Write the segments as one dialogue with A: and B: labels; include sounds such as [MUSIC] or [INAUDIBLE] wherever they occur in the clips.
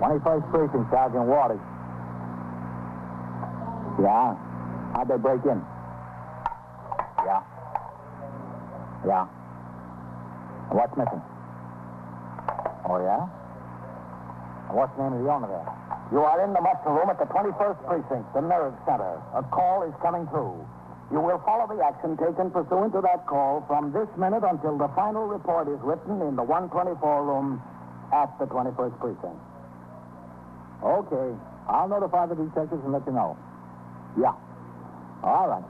A: 21st Precinct, Sergeant Waters. Yeah? How'd they break in? Yeah. Yeah. What's missing? Oh, yeah? What's the name of the owner there?
B: You are in the muster room at the 21st Precinct, the nerve center. A call is coming through. You will follow the action taken pursuant to that call from this minute until the final report is written in the 124 room at the 21st Precinct.
A: Okay. I'll notify the detectives and let you know.
B: Yeah.
A: All right.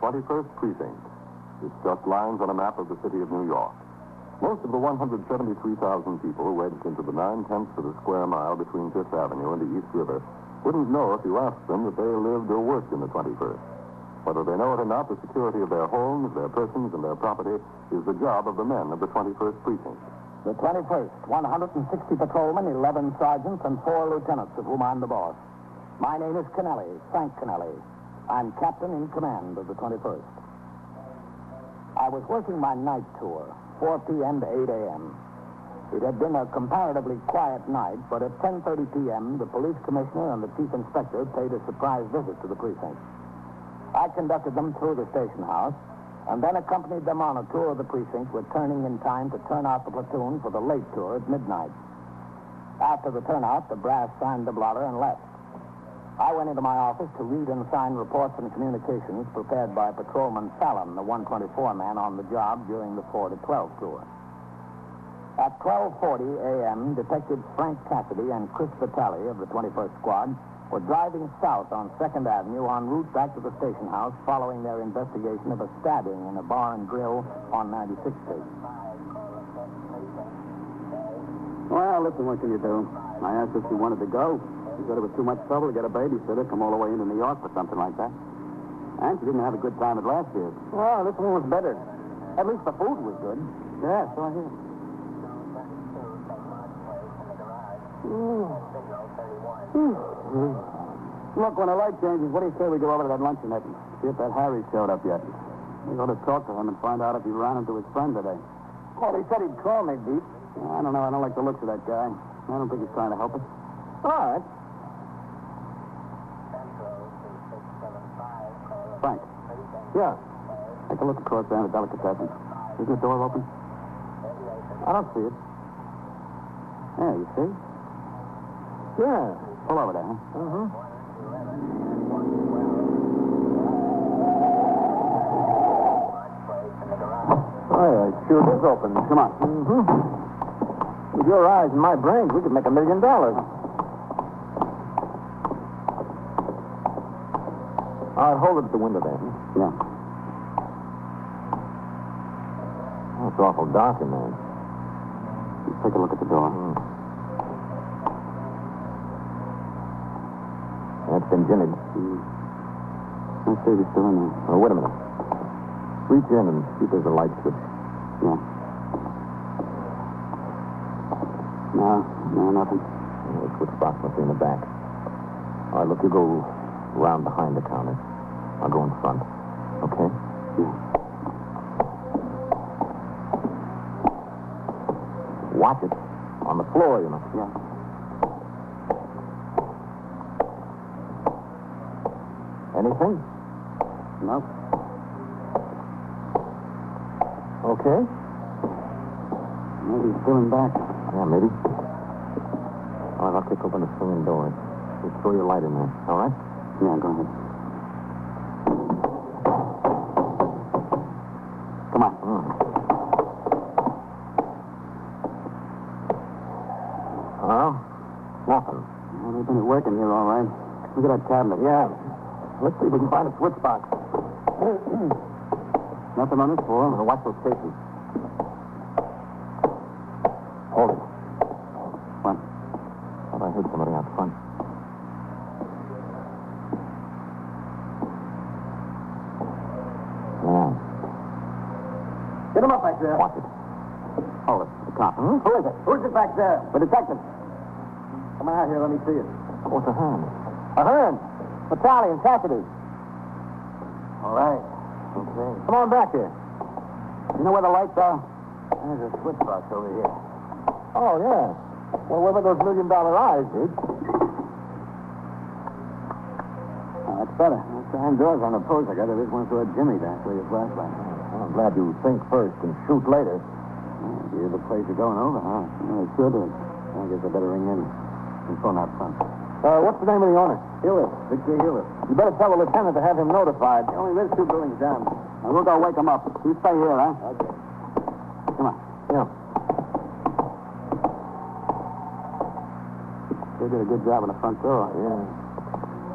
C: 21st Precinct. It's just lines on a map of the city of New York. Most of the 173,000 people wedged into the nine-tenths of a square mile between Fifth Avenue and the East River wouldn't know if you asked them that they lived or worked in the 21st. Whether they know it or not, the security of their homes, their persons, and their property is the job of the men of the 21st Precinct.
B: The 21st, 160 patrolmen, 11 sergeants, and four lieutenants, of whom I'm the boss. My name is Kennelly, Frank Kennelly. I'm captain in command of the 21st. I was working my night tour, 4 p.m. to 8 a.m. It had been a comparatively quiet night, but at 10.30 p.m., the police commissioner and the chief inspector paid a surprise visit to the precinct. I conducted them through the station house and then accompanied them on a tour of the precinct, returning in time to turn out the platoon for the late tour at midnight. After the turnout, the brass signed the blotter and left. I went into my office to read and sign reports and communications prepared by Patrolman Fallon, the 124 man on the job during the 4 to 12 tour. At 12.40 a.m., Detectives Frank Cassidy and Chris Vitale of the 21st Squad were driving south on 2nd Avenue en route back to the station house following their investigation of a stabbing in a bar and grill on 96th Street.
D: Well, listen, what can you do? I asked if she wanted to go. She said it was too much trouble to get a babysitter, come all the way into New York for something like that. And she didn't have a good time at last year's.
B: Well, this one was better. At least the food was good.
D: Yeah, so I hear.
C: Hmm.
D: Look, when the light changes, what do you say we go over to that luncheonette and see if that Harry showed up yet? We ought to talk to him and find out if he ran into his friend today.
B: Well, he said he'd call me, Deep.
D: I don't know. I don't like the looks of that guy. I don't think he's trying to help us.
B: All right.
D: Frank.
B: Yeah.
D: Take a look across down at Delicatessen. Isn't the door open?
B: I don't see it.
D: Yeah, you see?
B: Yeah.
D: Pull over there, huh?
B: Oh, yeah, it sure is open.
D: Come on.
B: With your eyes and my brains, we could make a million dollars.
C: All right, hold it at the window then.
D: Yeah.
C: Oh, it's awful dark in there. Hmm.
D: Just take a look at the door.
C: That's been jinnied.
D: Mm. Let's see if he's still in there.
C: Oh, wait a minute. Reach in and see if there's a light switch.
D: Yeah. No, no, nothing.
C: Oh, the switch box must be in the back. All right, look, you go round behind the counter. I'll go in front. Okay? Watch it. On the floor, you know.
D: Yeah.
C: Anything?
D: Nope.
C: Okay.
D: Maybe he's still in back.
C: Yeah, maybe. All right, I'll kick open the swinging door. Just throw your light in there, all right?
D: Yeah, go ahead. Come on.
C: Huh? Nothing.
D: Well, they've been at work in here, all right. Look at that cabinet.
C: Yeah. Let's see if we can find a switch box.
D: [CLEARS THROAT] Nothing on this floor.
C: Now, watch those cases. Hold it.
D: What?
C: Thought I heard somebody out front. Yeah.
D: Get him up back there.
C: Watch it.
D: Hold it. The cop. Who is it? Who's it back there? The detective. Come out here. Let me see it.
C: What's a hand?
D: Ahern. Vitale and Cassidy. All right.
C: Okay.
D: Come on back here. You know where the lights are?
E: There's a switchbox over here.
B: Oh, yeah. Well, where were those million dollar eyes, dude?
E: Oh, that's better. That's the hand door's on the post. I got to reach one through a Jimmy to actually your flashlight.
B: Well, I'm glad you think first and shoot later.
E: Yeah, you're the place you're going over, huh? Yeah, it sure does. I guess I better ring in. And phone out front.
B: Uh, what's the name of the owner?
E: Hillis. Victor Hillis.
B: You better tell the lieutenant to have him notified.
E: He only lives two buildings down.
D: Now, we'll go wake him up. You stay here, huh?
E: Okay.
D: Come on.
B: Yeah.
D: They did a good job on the front door.
B: Yeah.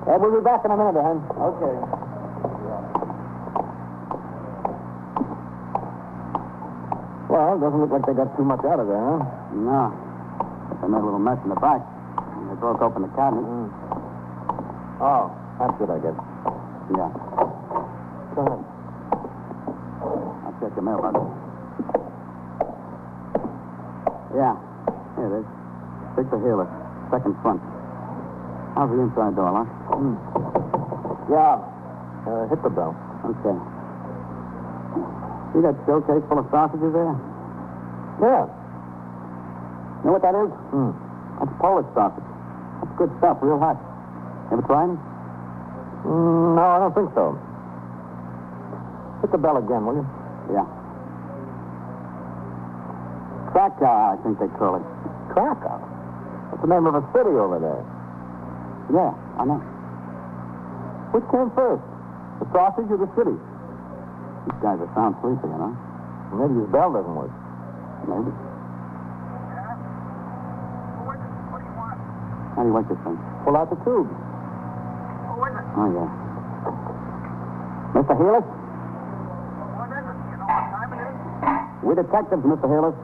B: Uh, we'll be back in a minute, Hen.
E: Okay.
B: Well, doesn't look like they got too much out of there, huh?
D: No. They made a little mess in the back. And they broke open the cabinet.
B: Oh, that's good, I guess.
D: Yeah.
B: Go ahead.
D: I'll check the mailbox. Yeah. Here it is. Victor Healer, second front. How's the inside door, huh?
B: Mm. Yeah. Uh, hit the bell.
D: Okay. See that showcase full of sausages there?
B: Yeah.
D: You know what that is?
B: Hmm.
D: That's Polish sausage. That's good stuff, real hot. Ever tried it?
B: Mm, no, I don't think so. Hit the bell again, will you?
D: Yeah. Krakow, I think they call it.
B: Krakow. That's the name of a city over there.
D: Yeah, I know.
B: Which came first? The sausage or the city?
D: These guys are sound sleepy, you know.
B: Maybe his bell doesn't work.
D: Maybe. How do you like this thing?
B: Pull out the tube.
D: Oh, yeah. Mr. Healis? We detectives, Mr. Healis.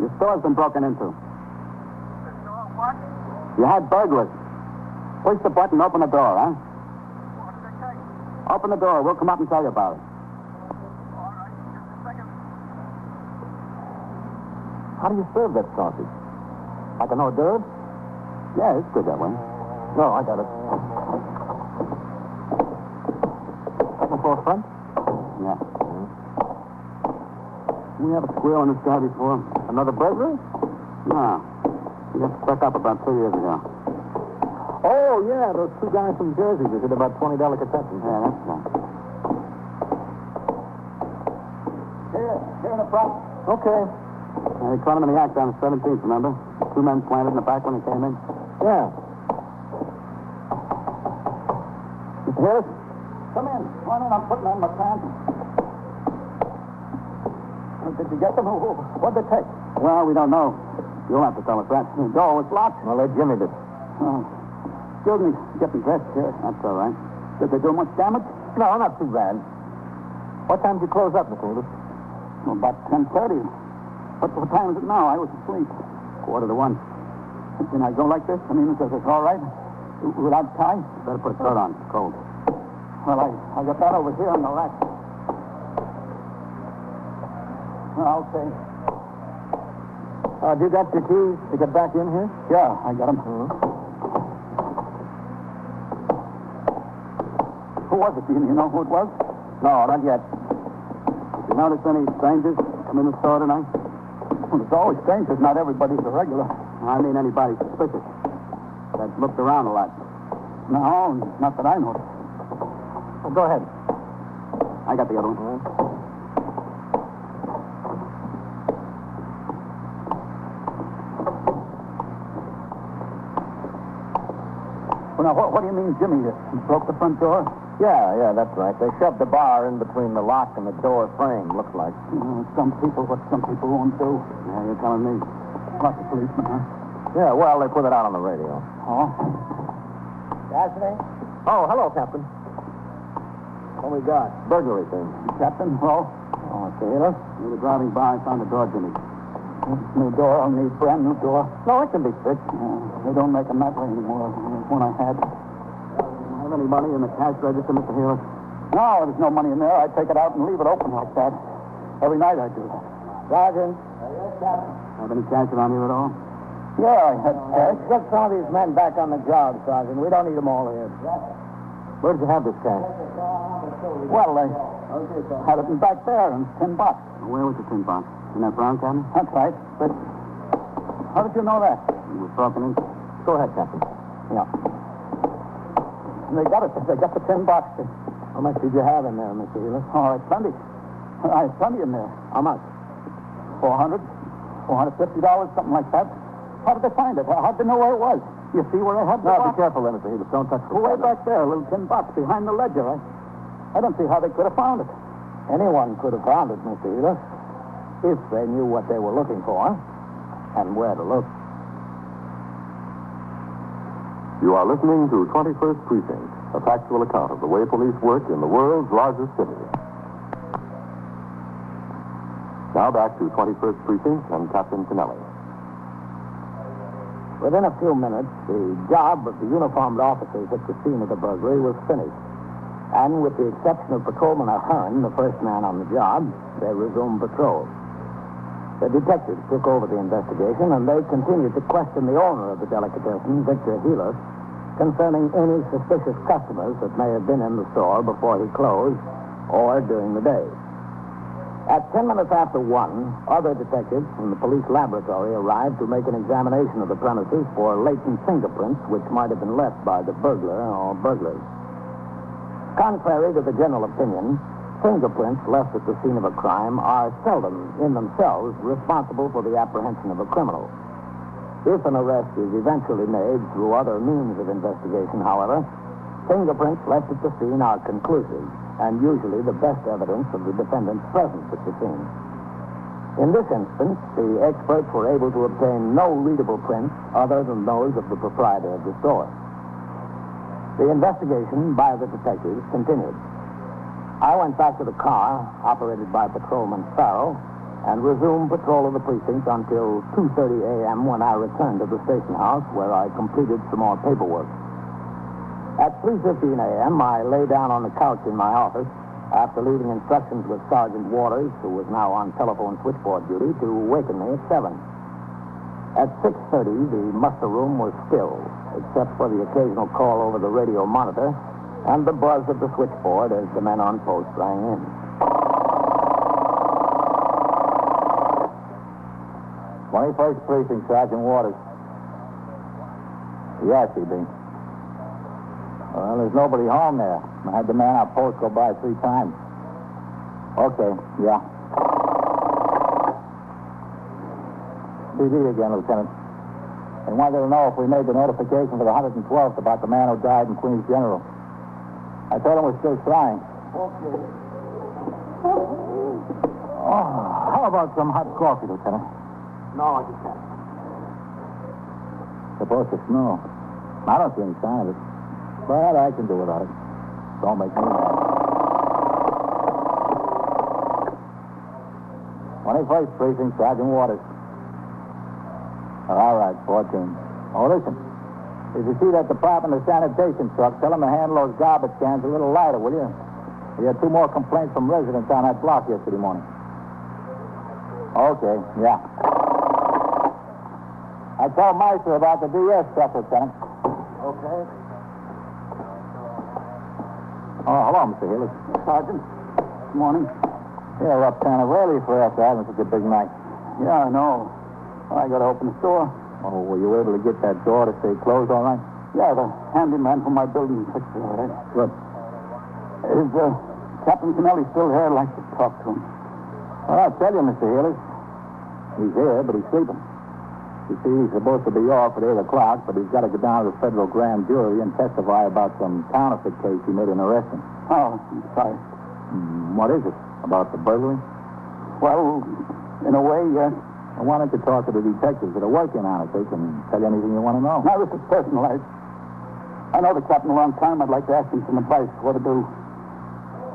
D: Your store's been broken into. You had burglars. Push the button, open the door, huh? Open the door. We'll come up and tell you about it.
B: How do you serve that sausage? Like an hors d'oeuvre?
D: Yeah, it's good that way.
B: No, I got it. Second floor front?
D: Yeah. We have a squeal on this guy before.
B: Another burglary?
D: No. He got stuck up about two years ago.
B: Oh, yeah, those two guys from Jersey that did about $20 concessions.
D: Yeah, that's right.
E: Here, here in the front.
B: Okay.
D: Yeah, they caught him in the act on the 17th, remember? Two men planted in the back when he came in.
B: Yeah.
D: Mr. Harris?
E: Come in. Come on in. I'm putting on my pants. Oh, Did you get them? Who- who- What'd they take?
D: Well, we don't know. You'll have to tell us that. The door was locked.
B: Well, let Jimmy did.
D: Oh. Excuse me. Get me dressed here. That's all right. Did they do much damage?
B: No, not too bad. What time did you close up, Mr. Willis?
D: Well, about 10.30. What, what time is it now? I was asleep. Quarter to one. Can I go like this? I mean, is this all right? W- Without tie? Better put a coat on. It's cold.
E: Well, I, I got that over here on the rack. Well, okay.
B: Uh, do you got your keys to get back in here?
D: Yeah, I got him. Who was it? Do you know who it was?
B: No, not yet.
D: Did you notice any strangers come in the store tonight?
E: Well, it's always dangerous. Not everybody's a regular.
D: I mean, anybody suspicious. That looked around a lot.
E: No, not that I know. of.
B: Well, go ahead.
D: I got the other one.
E: Well, now, what, what do you mean, Jimmy? uh, He broke the front door?
B: Yeah, yeah, that's right. They shoved the bar in between the lock and the door frame, looks like.
E: Oh, some people, what some people won't do.
D: Yeah, you're telling me.
E: Like the policeman, huh?
B: Yeah, well, they put it out on the radio.
E: Oh.
B: Oh, hello, Captain.
E: What we got?
B: Burglary thing.
E: Captain, well,
D: Oh, Taylor? You were driving by. I found the door, Jimmy.
E: new door, I'll need brand new door.
B: No, it can be fixed.
E: Uh, they don't make them that way anymore. There's one I had.
D: Have any money in the cash register, Mr. Harris?
E: No, there's no money in there. I take it out and leave it open like that. Every night I do that.
B: Roger.
D: Have any cash around here at all?
E: Yeah, I had cash.
B: get some of these men back on the job, Sergeant. We don't need them all here. Where did you have this cash?
E: Well, I had it in back there in tin box.
D: Where was the tin box? In that brown cabinet?
A: That's right. But how did you know that?
D: You were talking in? Go ahead, Captain.
A: Yeah. They got it. They got the tin box. How much did you have in there, Mr. Healy? Oh, it's plenty. I have plenty in there.
D: How much?
A: Four hundred, four hundred fifty dollars, something like that. How did they find it? How did they know where it was? You see where I had the
D: Now,
A: box?
D: be careful, Mr. Healy. Don't touch the
A: Way
D: cabinet.
A: back there, a little tin box behind the ledger. I, I don't see how they could have found it. Anyone could have found it, Mr. Eater, if they knew what they were looking for and where to look.
C: You are listening to 21st Precinct, a factual account of the way police work in the world's largest city. Now back to 21st Precinct and Captain Kennelly.
A: Within a few minutes, the job of the uniformed officers at the scene of the burglary was finished. And with the exception of Patrolman Ahern, the first man on the job, they resumed patrol. The detectives took over the investigation, and they continued to question the owner of the delicatessen, Victor Heeler, concerning any suspicious customers that may have been in the store before he closed or during the day. At 10 minutes after 1, other detectives from the police laboratory arrived to make an examination of the premises for latent fingerprints which might have been left by the burglar or burglars. Contrary to the general opinion, fingerprints left at the scene of a crime are seldom, in themselves, responsible for the apprehension of a criminal. If an arrest is eventually made through other means of investigation, however, fingerprints left at the scene are conclusive and usually the best evidence of the defendant's presence at the scene. In this instance, the experts were able to obtain no readable prints other than those of the proprietor of the store. The investigation by the detectives continued. I went back to the car, operated by Patrolman Farrell, and resumed patrol of the precinct until 2.30 a.m. when I returned to the station house where I completed some more paperwork. At 3.15 a.m., I lay down on the couch in my office after leaving instructions with Sergeant Waters, who was now on telephone switchboard duty, to waken me at 7. At 6.30, the muster room was still, except for the occasional call over the radio monitor and the buzz of the switchboard as the men on post rang in.
B: Twenty-first precinct, Sergeant Waters. Yes, he be. Well, there's nobody home there. I had the man on post go by three times. Okay, yeah. TV again, Lieutenant. They wanted to know if we made the notification for the 112th about the man who died in Queens General. I told him we're still trying. Oh, how about some hot coffee, Lieutenant?
D: No, I just can't.
B: Supposed to snow. I don't see any sign of it. But I can do without it. Don't make me mad. 21st Precinct, Sergeant Waters. All right, 14. Oh, listen. If you see that Department of Sanitation truck, tell them to handle those garbage cans a little lighter, will you? We had two more complaints from residents on that block yesterday morning. Okay, yeah. I told Meister about the DS stuff, Lieutenant.
D: Okay.
B: Oh, hello, Mr. Hillis.
D: Sergeant. Morning.
B: You're up kind of early for us having such a big night.
D: Yeah, I know. I gotta open the store.
B: Oh, were you able to get that door to stay closed all night?
D: Yeah, the handyman from my building fixed it all right.
B: Good.
D: Is uh, Captain Kennelly still here? I'd like to talk to him.
B: Well, I'll tell you, Mr. Hillis. He's here, but he's sleeping. You see, he's supposed to be off at 8 o'clock, but he's got to go down to the federal grand jury and testify about some counterfeit case he made an arrest in.
D: Oh, I'm sorry.
B: Mm, What is it? About the burglary?
D: Well, in a way, uh, yes.
B: Well, Why don't you talk to the detectives that are working on it? They can tell you anything you want to know.
D: Now, this is personal. I, I know the captain a long time. I'd like to ask him some advice what to do.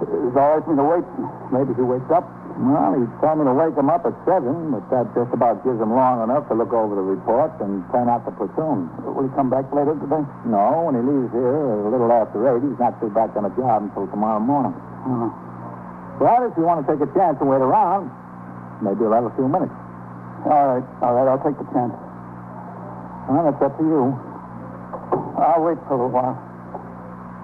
D: Is it all right for me to wait? Maybe he wakes up.
B: Well, he told me to wake him up at 7, but that Mm, just about gives him long enough to look over the reports and turn out the platoon.
D: Will he come back later today?
B: No, when he leaves here a little after 8, he's not due back on the job until tomorrow morning.
D: Oh.
B: Well, if you want to take a chance and wait around, maybe you'll have a few minutes.
D: All right, all right. I'll take the chance.
B: Well, it's up to you.
D: I'll wait for a little while.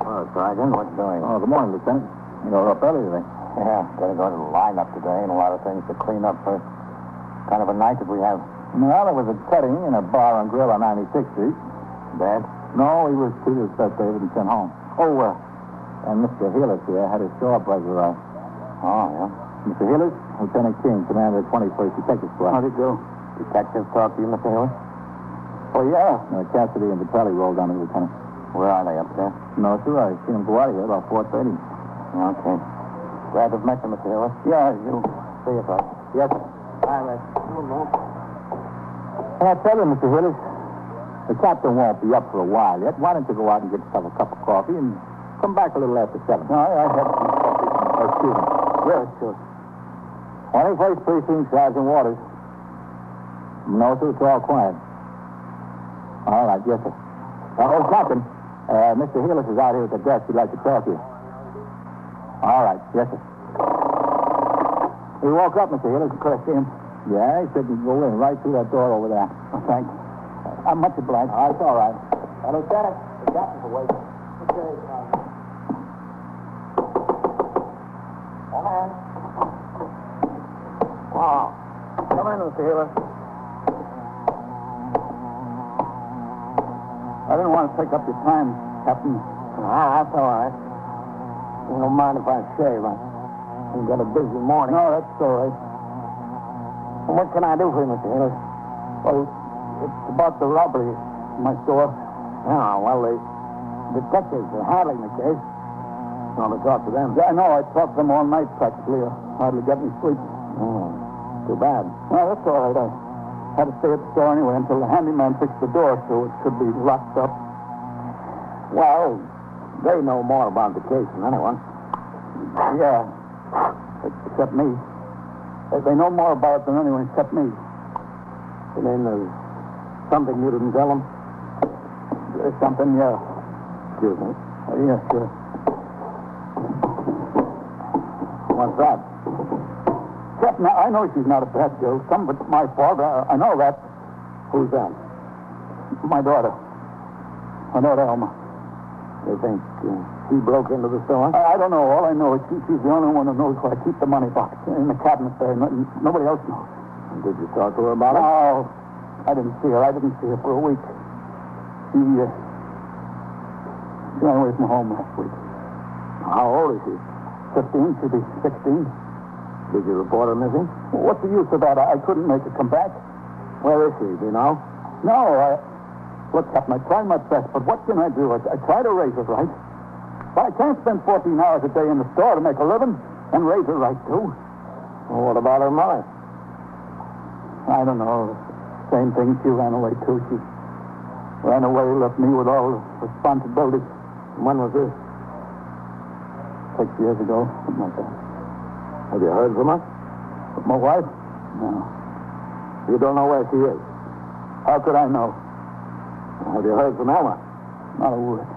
B: Well, Sergeant, what's doing? Oh, good morning, Lieutenant. You know, up early today.
A: Yeah, gotta go to the lineup today and a lot of things to clean up first.
B: Kind of a night did we have?
A: Well, there was a cutting in a bar and grill on 96th Street.
B: Dead?
A: No, he was treated as such, David, and sent home. Oh, uh, and Mr. Hillis here had his jaw burglarized.
B: Oh, yeah.
A: Mr. Hillis, Lieutenant King, commander of the 21st Detective Squad.
D: How'd it go?
B: Detective talked to you, Mr. Hillis?
A: Oh, yeah. Uh, Cassidy and Vitelli rolled down to the lieutenant.
B: Where are they, up there?
A: No, sir, I seen him go out of here about 4.30.
B: Okay. Glad to have met you, Mr. Hillis.
A: Yeah, you...
B: See you, sir.
A: Yes, sir.
D: All right.
A: Can I tell you, Mr. Hillis? The captain won't be up for a while yet. Why don't you go out and get yourself a cup of coffee and come back a little after 7?
B: No, I had some coffee.
A: Excuse me.
B: Where is yours?
A: 21st Precinct, Sergeant Waters. No, sir, it's all quiet. All right, yes, sir. Uh, oh, Captain, uh, Mr. Hillis is out here at the desk. He'd like to talk to you. All right, yes, sir. He woke up, Mr. Hillis.
B: Could I see him?
A: Yeah, he said he'd go in right through that door over there.
B: Oh, thanks. I'm much obliged.
A: Oh, it's all right.
F: Uh, Lieutenant, the captain's away. Okay, Come in.
B: Wow. Come in, Mr. Hillis.
D: I didn't want to take up your time, Captain.
B: Ah, that's all right. You don't mind if I shave. I- I've got a busy morning.
D: No, that's all right.
B: And What can I do for you, Mr. Hillis?
D: Well, it's about the robbery in my store.
B: Ah, well, the detectives are handling the case. You want to talk to them?
D: Yeah, I know. I talked to them all night practically. I hardly got any sleep.
B: Oh, too bad.
D: No, that's all right. I had to stay at the store anyway until the handyman fixed the door, so it should be locked up.
B: Well, they know more about the case than anyone.
D: Yeah, except me. They- They know more about it than anyone except me.
B: You mean there's something you didn't tell them?
D: There's something, yeah.
B: Excuse me.
D: Uh, Yeah, sure.
B: What's that?
D: Captain, I I know she's not a bad girl. Some of it's my fault. I, I know that.
B: Who's that?
D: My daughter. My daughter, Elma.
B: You think uh, he broke into the store?
D: I, I don't know. All I know is she, she's the only one who knows where I keep the money box in the cabinet there. No, nobody else knows.
B: Did you talk to her about it?
D: No, I didn't see her. I didn't see her for a week. She, uh, she went away from home last week.
B: How old is she?
D: 15, she'd be 16.
B: Did you report her missing?
D: What's the use of that? I, I couldn't make her come back.
B: Where is she? Do you know?
D: No, I... Look, Captain, I try my best, but what can I do? I, I try to raise her right. But I can't spend 14 hours a day in the store to make a living and raise her right, too.
B: Well, what about her mother?
D: I don't know. Same thing. She ran away, too. She ran away, left me with all the responsibilities
B: When was this?
D: six years ago, something like that.
B: Have you heard from her?
D: But my wife? No.
B: You don't know where she is.
D: How could I know?
B: Have you heard from Elma?
D: Not a word.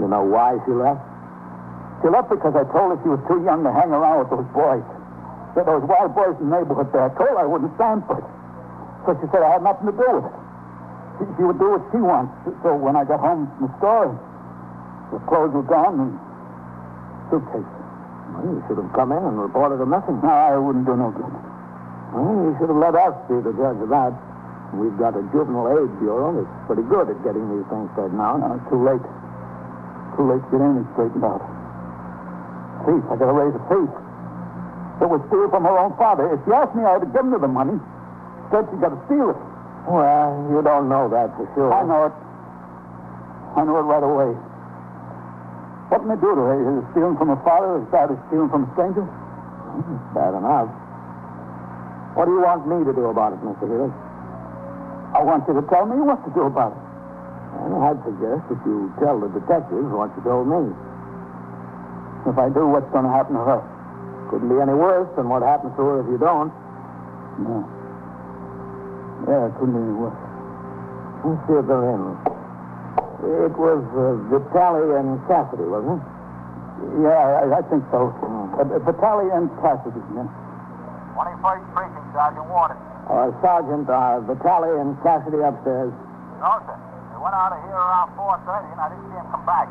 B: You know why she left?
D: She left because I told her she was too young to hang around with those boys. There were those wild boys in the neighborhood there. I told her I wouldn't stand for it. So she said I had nothing to do with it. She, she would do what she wants. So when I got home from the store, the clothes were gone and suitcase.
B: Well, you should have come in and reported her missing.
D: No, I wouldn't do no good.
B: Well, you should have let us be the judge of that. We've got a juvenile aid bureau that's pretty good at getting these things straightened out.
D: No, it's too late. Too late to get anything straightened out. Thief, I gotta raise a thief. It was steal from her own father. If she asked me, I would have given her the money. Said she gotta steal it.
B: Well, you don't know that for sure.
D: I know it. I know it right away. What can I do to her? Is it stealing from a father as bad as stealing from a stranger?
B: Hmm, Bad enough. What do you want me to do about it, Mr. Hillis?
D: I want you to tell me what to do about it.
B: Well, I'd suggest that you tell the detectives what you told me.
D: If I do, what's going to happen to her?
B: Couldn't be any worse than what happens to her if you don't.
D: No. Yeah, it couldn't be any worse.
B: Let's see if they're in. It was uh, Vitale and Cassidy, wasn't it?
D: Yeah, I, I think so. Uh, Vitale and Cassidy. Yeah.
F: 21st Precinct, Sergeant Waters.
B: Uh, Sergeant, are Vitale and Cassidy upstairs?
F: No, sir. They went out of here around 4.30, and I didn't see him come back.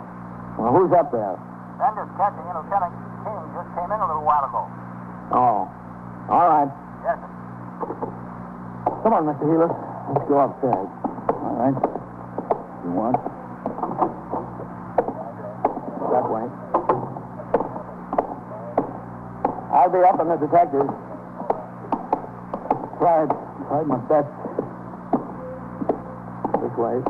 B: Well, who's up there?
F: Then this captain and Lieutenant King just came in a little while ago.
B: Oh. All right.
F: Yes, sir.
B: Come on, Mr. Healer.
D: Let's go upstairs. All right. You want?
B: That way. I'll be up on the detective.
D: Tried. Tried my best.
B: This way.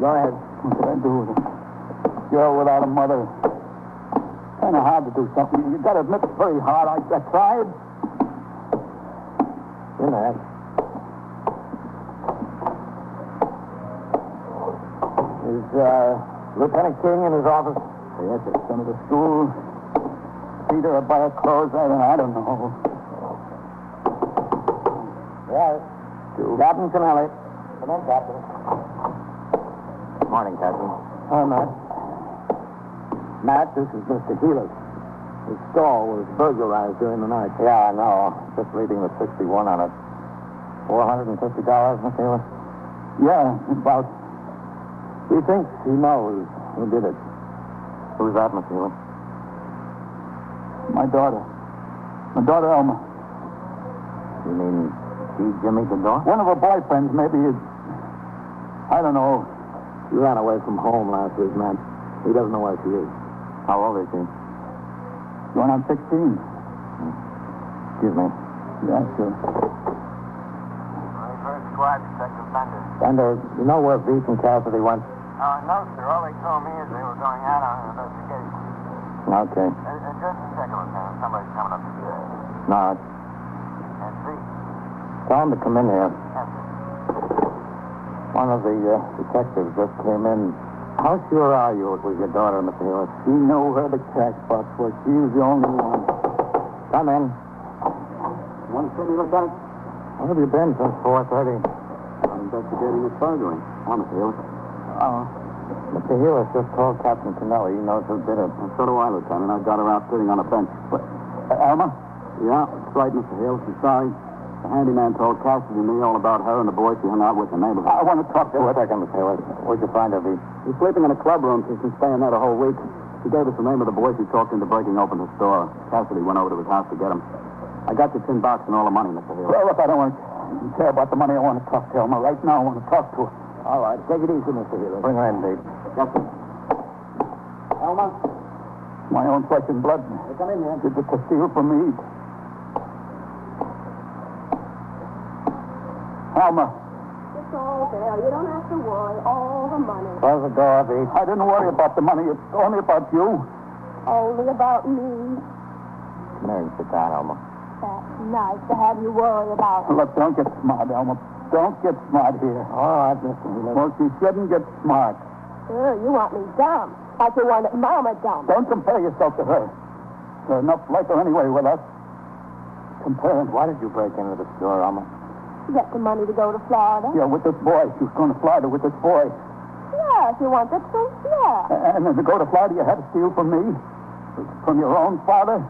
D: Go ahead. What could I do with it? Girl without a mother. Kind of hard to do something. You got to admit, it's very hard. I, I tried.
B: In there. Is uh, Lieutenant King in his office?
D: Yes, it's some of the school. Peter about her clothes. I, I don't know.
B: Yes. Captain Canelli. Come in, Captain.
A: Morning, Captain.
B: Oh, Matt. Matt, this is Mr. Healis. His stall was burglarized during the night.
A: Yeah, I know. Just leaving the 61 on it. $450, Miss Healer?
D: Yeah, about.
B: He thinks he knows who did it.
A: Who's that, Miss Healer?
D: My daughter. My daughter Elma.
A: You mean she Jimmy the door?
D: One of her boyfriends, maybe. Is, I don't know.
B: He ran away from home last week, Matt. He doesn't know where she is.
A: How old is she?
D: Going on 16.
A: Excuse me.
D: Yeah, sure.
F: 21st Squad, Detective Bender.
A: Bender, you know where Beef and Cassidy went?
F: Uh, no, sir. All they told me is they were going out on an investigation.
A: Okay.
F: Uh, uh, just a second, Lieutenant. Somebody's coming up the stairs.
A: Now,
F: And see.
A: tell him to come in here.
F: Yes, sir.
A: One of the uh, detectives just came in. How sure are you it was your daughter, Mr. Hewitt?
D: She knew where the cash box was. She was the only one.
A: Come in.
G: Want to see me, Lieutenant?
A: Where have you been since 4.30?
G: I'm investigating this burglary. Thomas Hill.
D: Oh,
A: Mr. Hewitt just told Captain Canelli he knows who did it.
G: And so do I, Lieutenant. I've got her out sitting on a bench. But,
D: uh, Elma?
G: yeah, that's right, Mr. Hill. She's sorry. The handyman told Cassidy and me all about her and the boy she hung out with in the
D: I
G: neighborhood.
D: want to talk to
A: Just
D: her.
A: a second, Mr. Hewitt. Where'd you find her, Beef?
G: She's sleeping in a club room. She's been staying there the whole week. She gave us the name of the boy she talked into breaking open the store. Cassidy went over to his house to get him. I got your tin box and all the money, Mr. Hill.
D: Well, look, I don't want to care about the money. I want to talk to Elma right now. I want to talk to her.
B: All right, take it easy, Mr. Healer.
A: Bring her in, Beef.
G: Yes, sir.
B: Elma,
D: My own flesh and blood.
B: come in here.
D: Did the steal from me? Alma,
H: It's all there. You don't have to worry. All the money.
A: Close the door, Beef.
D: I didn't worry about the money. It's only about you.
H: Only about me.
A: Come here and sit down, Elma.
H: That's nice to have you worry about.
D: Look, don't get smart, Alma. Don't get smart here.
A: All right, Mr. Hewitt.
D: Well, she shouldn't get smart.
H: Sure, you want me dumb. Like the one that Mama dumped.
D: Don't compare yourself to her. There's enough like her anyway with us. Comparing
A: Why did you break into the store, Elma?
H: You got the money to go to Florida.
D: here with this boy. She was going to Florida with this boy.
H: Yeah, if you want the truth, yeah.
D: And then to go to Florida, you had to steal from me? From your own father?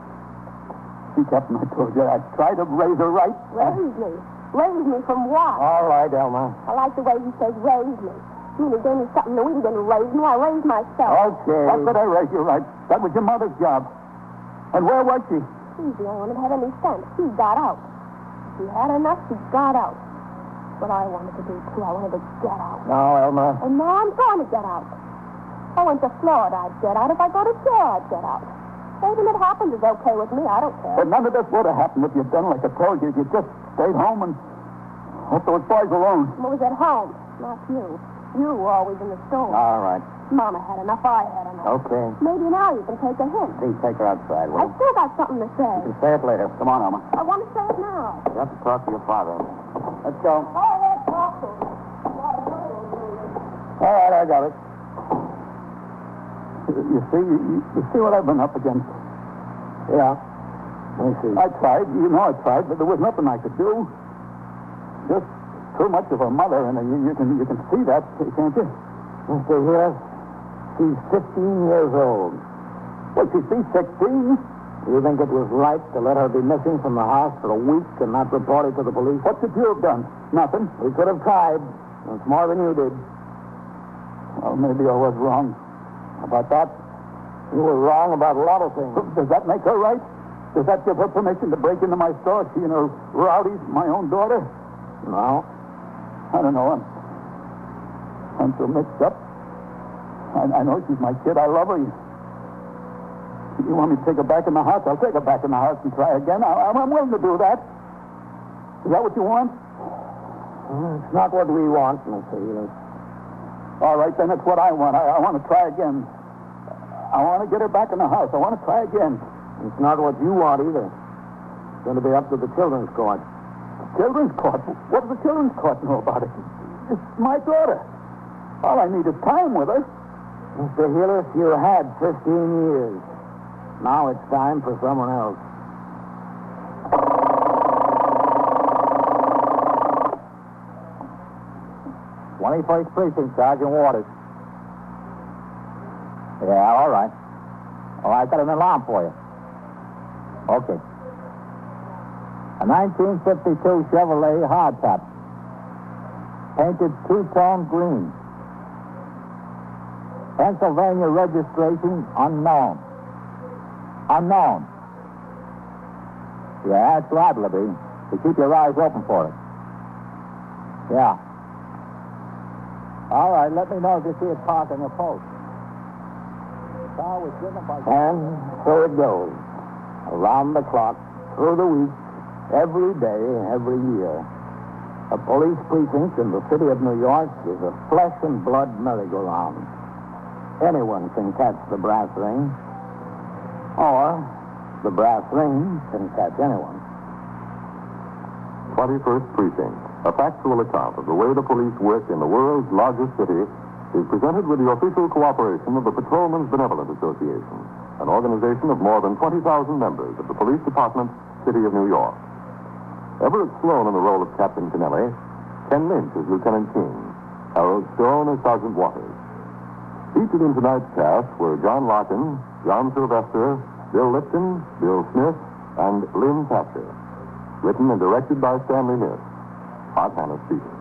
D: See, Captain, I told you, I tried to raise her right.
H: Raise me. Raise me from what?
A: All right, Elma.
H: I like the way he says raise me. You mean he gave me something that we didn't raise me. I raised myself.
B: Oh.
D: Okay. How could I raise you right? That was your mother's job. And where was she?
H: He's the only one that had any sense. He got out. He had enough. He got out. What I wanted to do, too, I wanted to get out.
A: No, Elma.
H: And now I'm going to get out. If I went to Florida, I'd get out. If I go to jail, I'd get out. Saving it happens is okay with me. I don't
D: But
H: care.
D: none of this would have happened if you'd done like I told you. If you just stayed home and left those boys alone.
H: I was at home, not you. You were always in the store.
A: All right.
H: Mama had enough. I had enough.
A: Okay.
H: Maybe now you can take a hint.
A: Beef, take her outside,
H: I
A: will you?
H: still got something to say.
A: You can say it later. Come on, Elma.
H: I want to say it now.
A: You have to talk to your father.
D: Let's go.
H: Go ahead, talk to me. Got a little room.
D: All right, I got it. You see, you, you- you see what I've been up against.
B: Yeah. I see.
D: I tried, you know I tried, but there was nothing I could do. Just too much of a mother, and you, you can you can see that, can't you?
B: Mr. Healer, she's 15 years old.
D: Well, she's be 16.
B: You think it was right to let her be missing from the house for a week and not report it to the police?
D: What should you have done? Nothing.
B: We could have tried. It's more than you did.
D: Well, maybe I was wrong about that.
B: You were wrong about a lot of things.
D: [LAUGHS] Does that make her right? Does that give her permission to break into my store? She and her rowdies, my own daughter?
A: No?
D: I don't know. I'm, I'm so mixed up. I, I know she's my kid. I love her. You, you want me to take her back in the house? I'll take her back in the house and try again. I, I'm willing to do that. Is that what you want?
A: Well, Uh, it's not what we want, Mr. Healy.
D: All right, then that's what I want. I, I want to try again. I want to get her back in the house. I want to try again.
A: It's not what you want either. It's going to be up to the children's court.
D: Children's court? What does the children's court know about it? It's my daughter. All I need is time with her.
A: Mr. Hillis, you had 15 years. Now it's time for someone else.
B: Twenty-first precinct, Sergeant Waters. Yeah, all right. All right, I got an alarm for you. Okay. A 1952 Chevrolet hardtop, painted two-tone green. Pennsylvania registration unknown. Unknown. Yeah, that's liable to be. So keep your eyes open for it. Yeah. All right, let me know if you see it parking a post.
A: And so it goes. Around the clock, through the week, every day, every year. A police precinct in the city of New York is a flesh and blood merry-go-round. Anyone can catch the brass ring, or the brass ring can catch anyone.
C: 21st Precinct, a factual account of the way the police work in the world's largest city, is presented with the official cooperation of the Patrolmen's Benevolent Association, an organization of more than 20,000 members of the Police Department, City of New York. Everett Sloan in the role of Captain Kennelly, Ken Lynch as Lieutenant King, Harold Stone as Sergeant Waters. Featured in tonight's cast were John Larkin, John Sylvester, Bill Lipton, Bill Smith, and Lynn Thatcher. Written and directed by Stanley Mills. Hot Hannah speaking.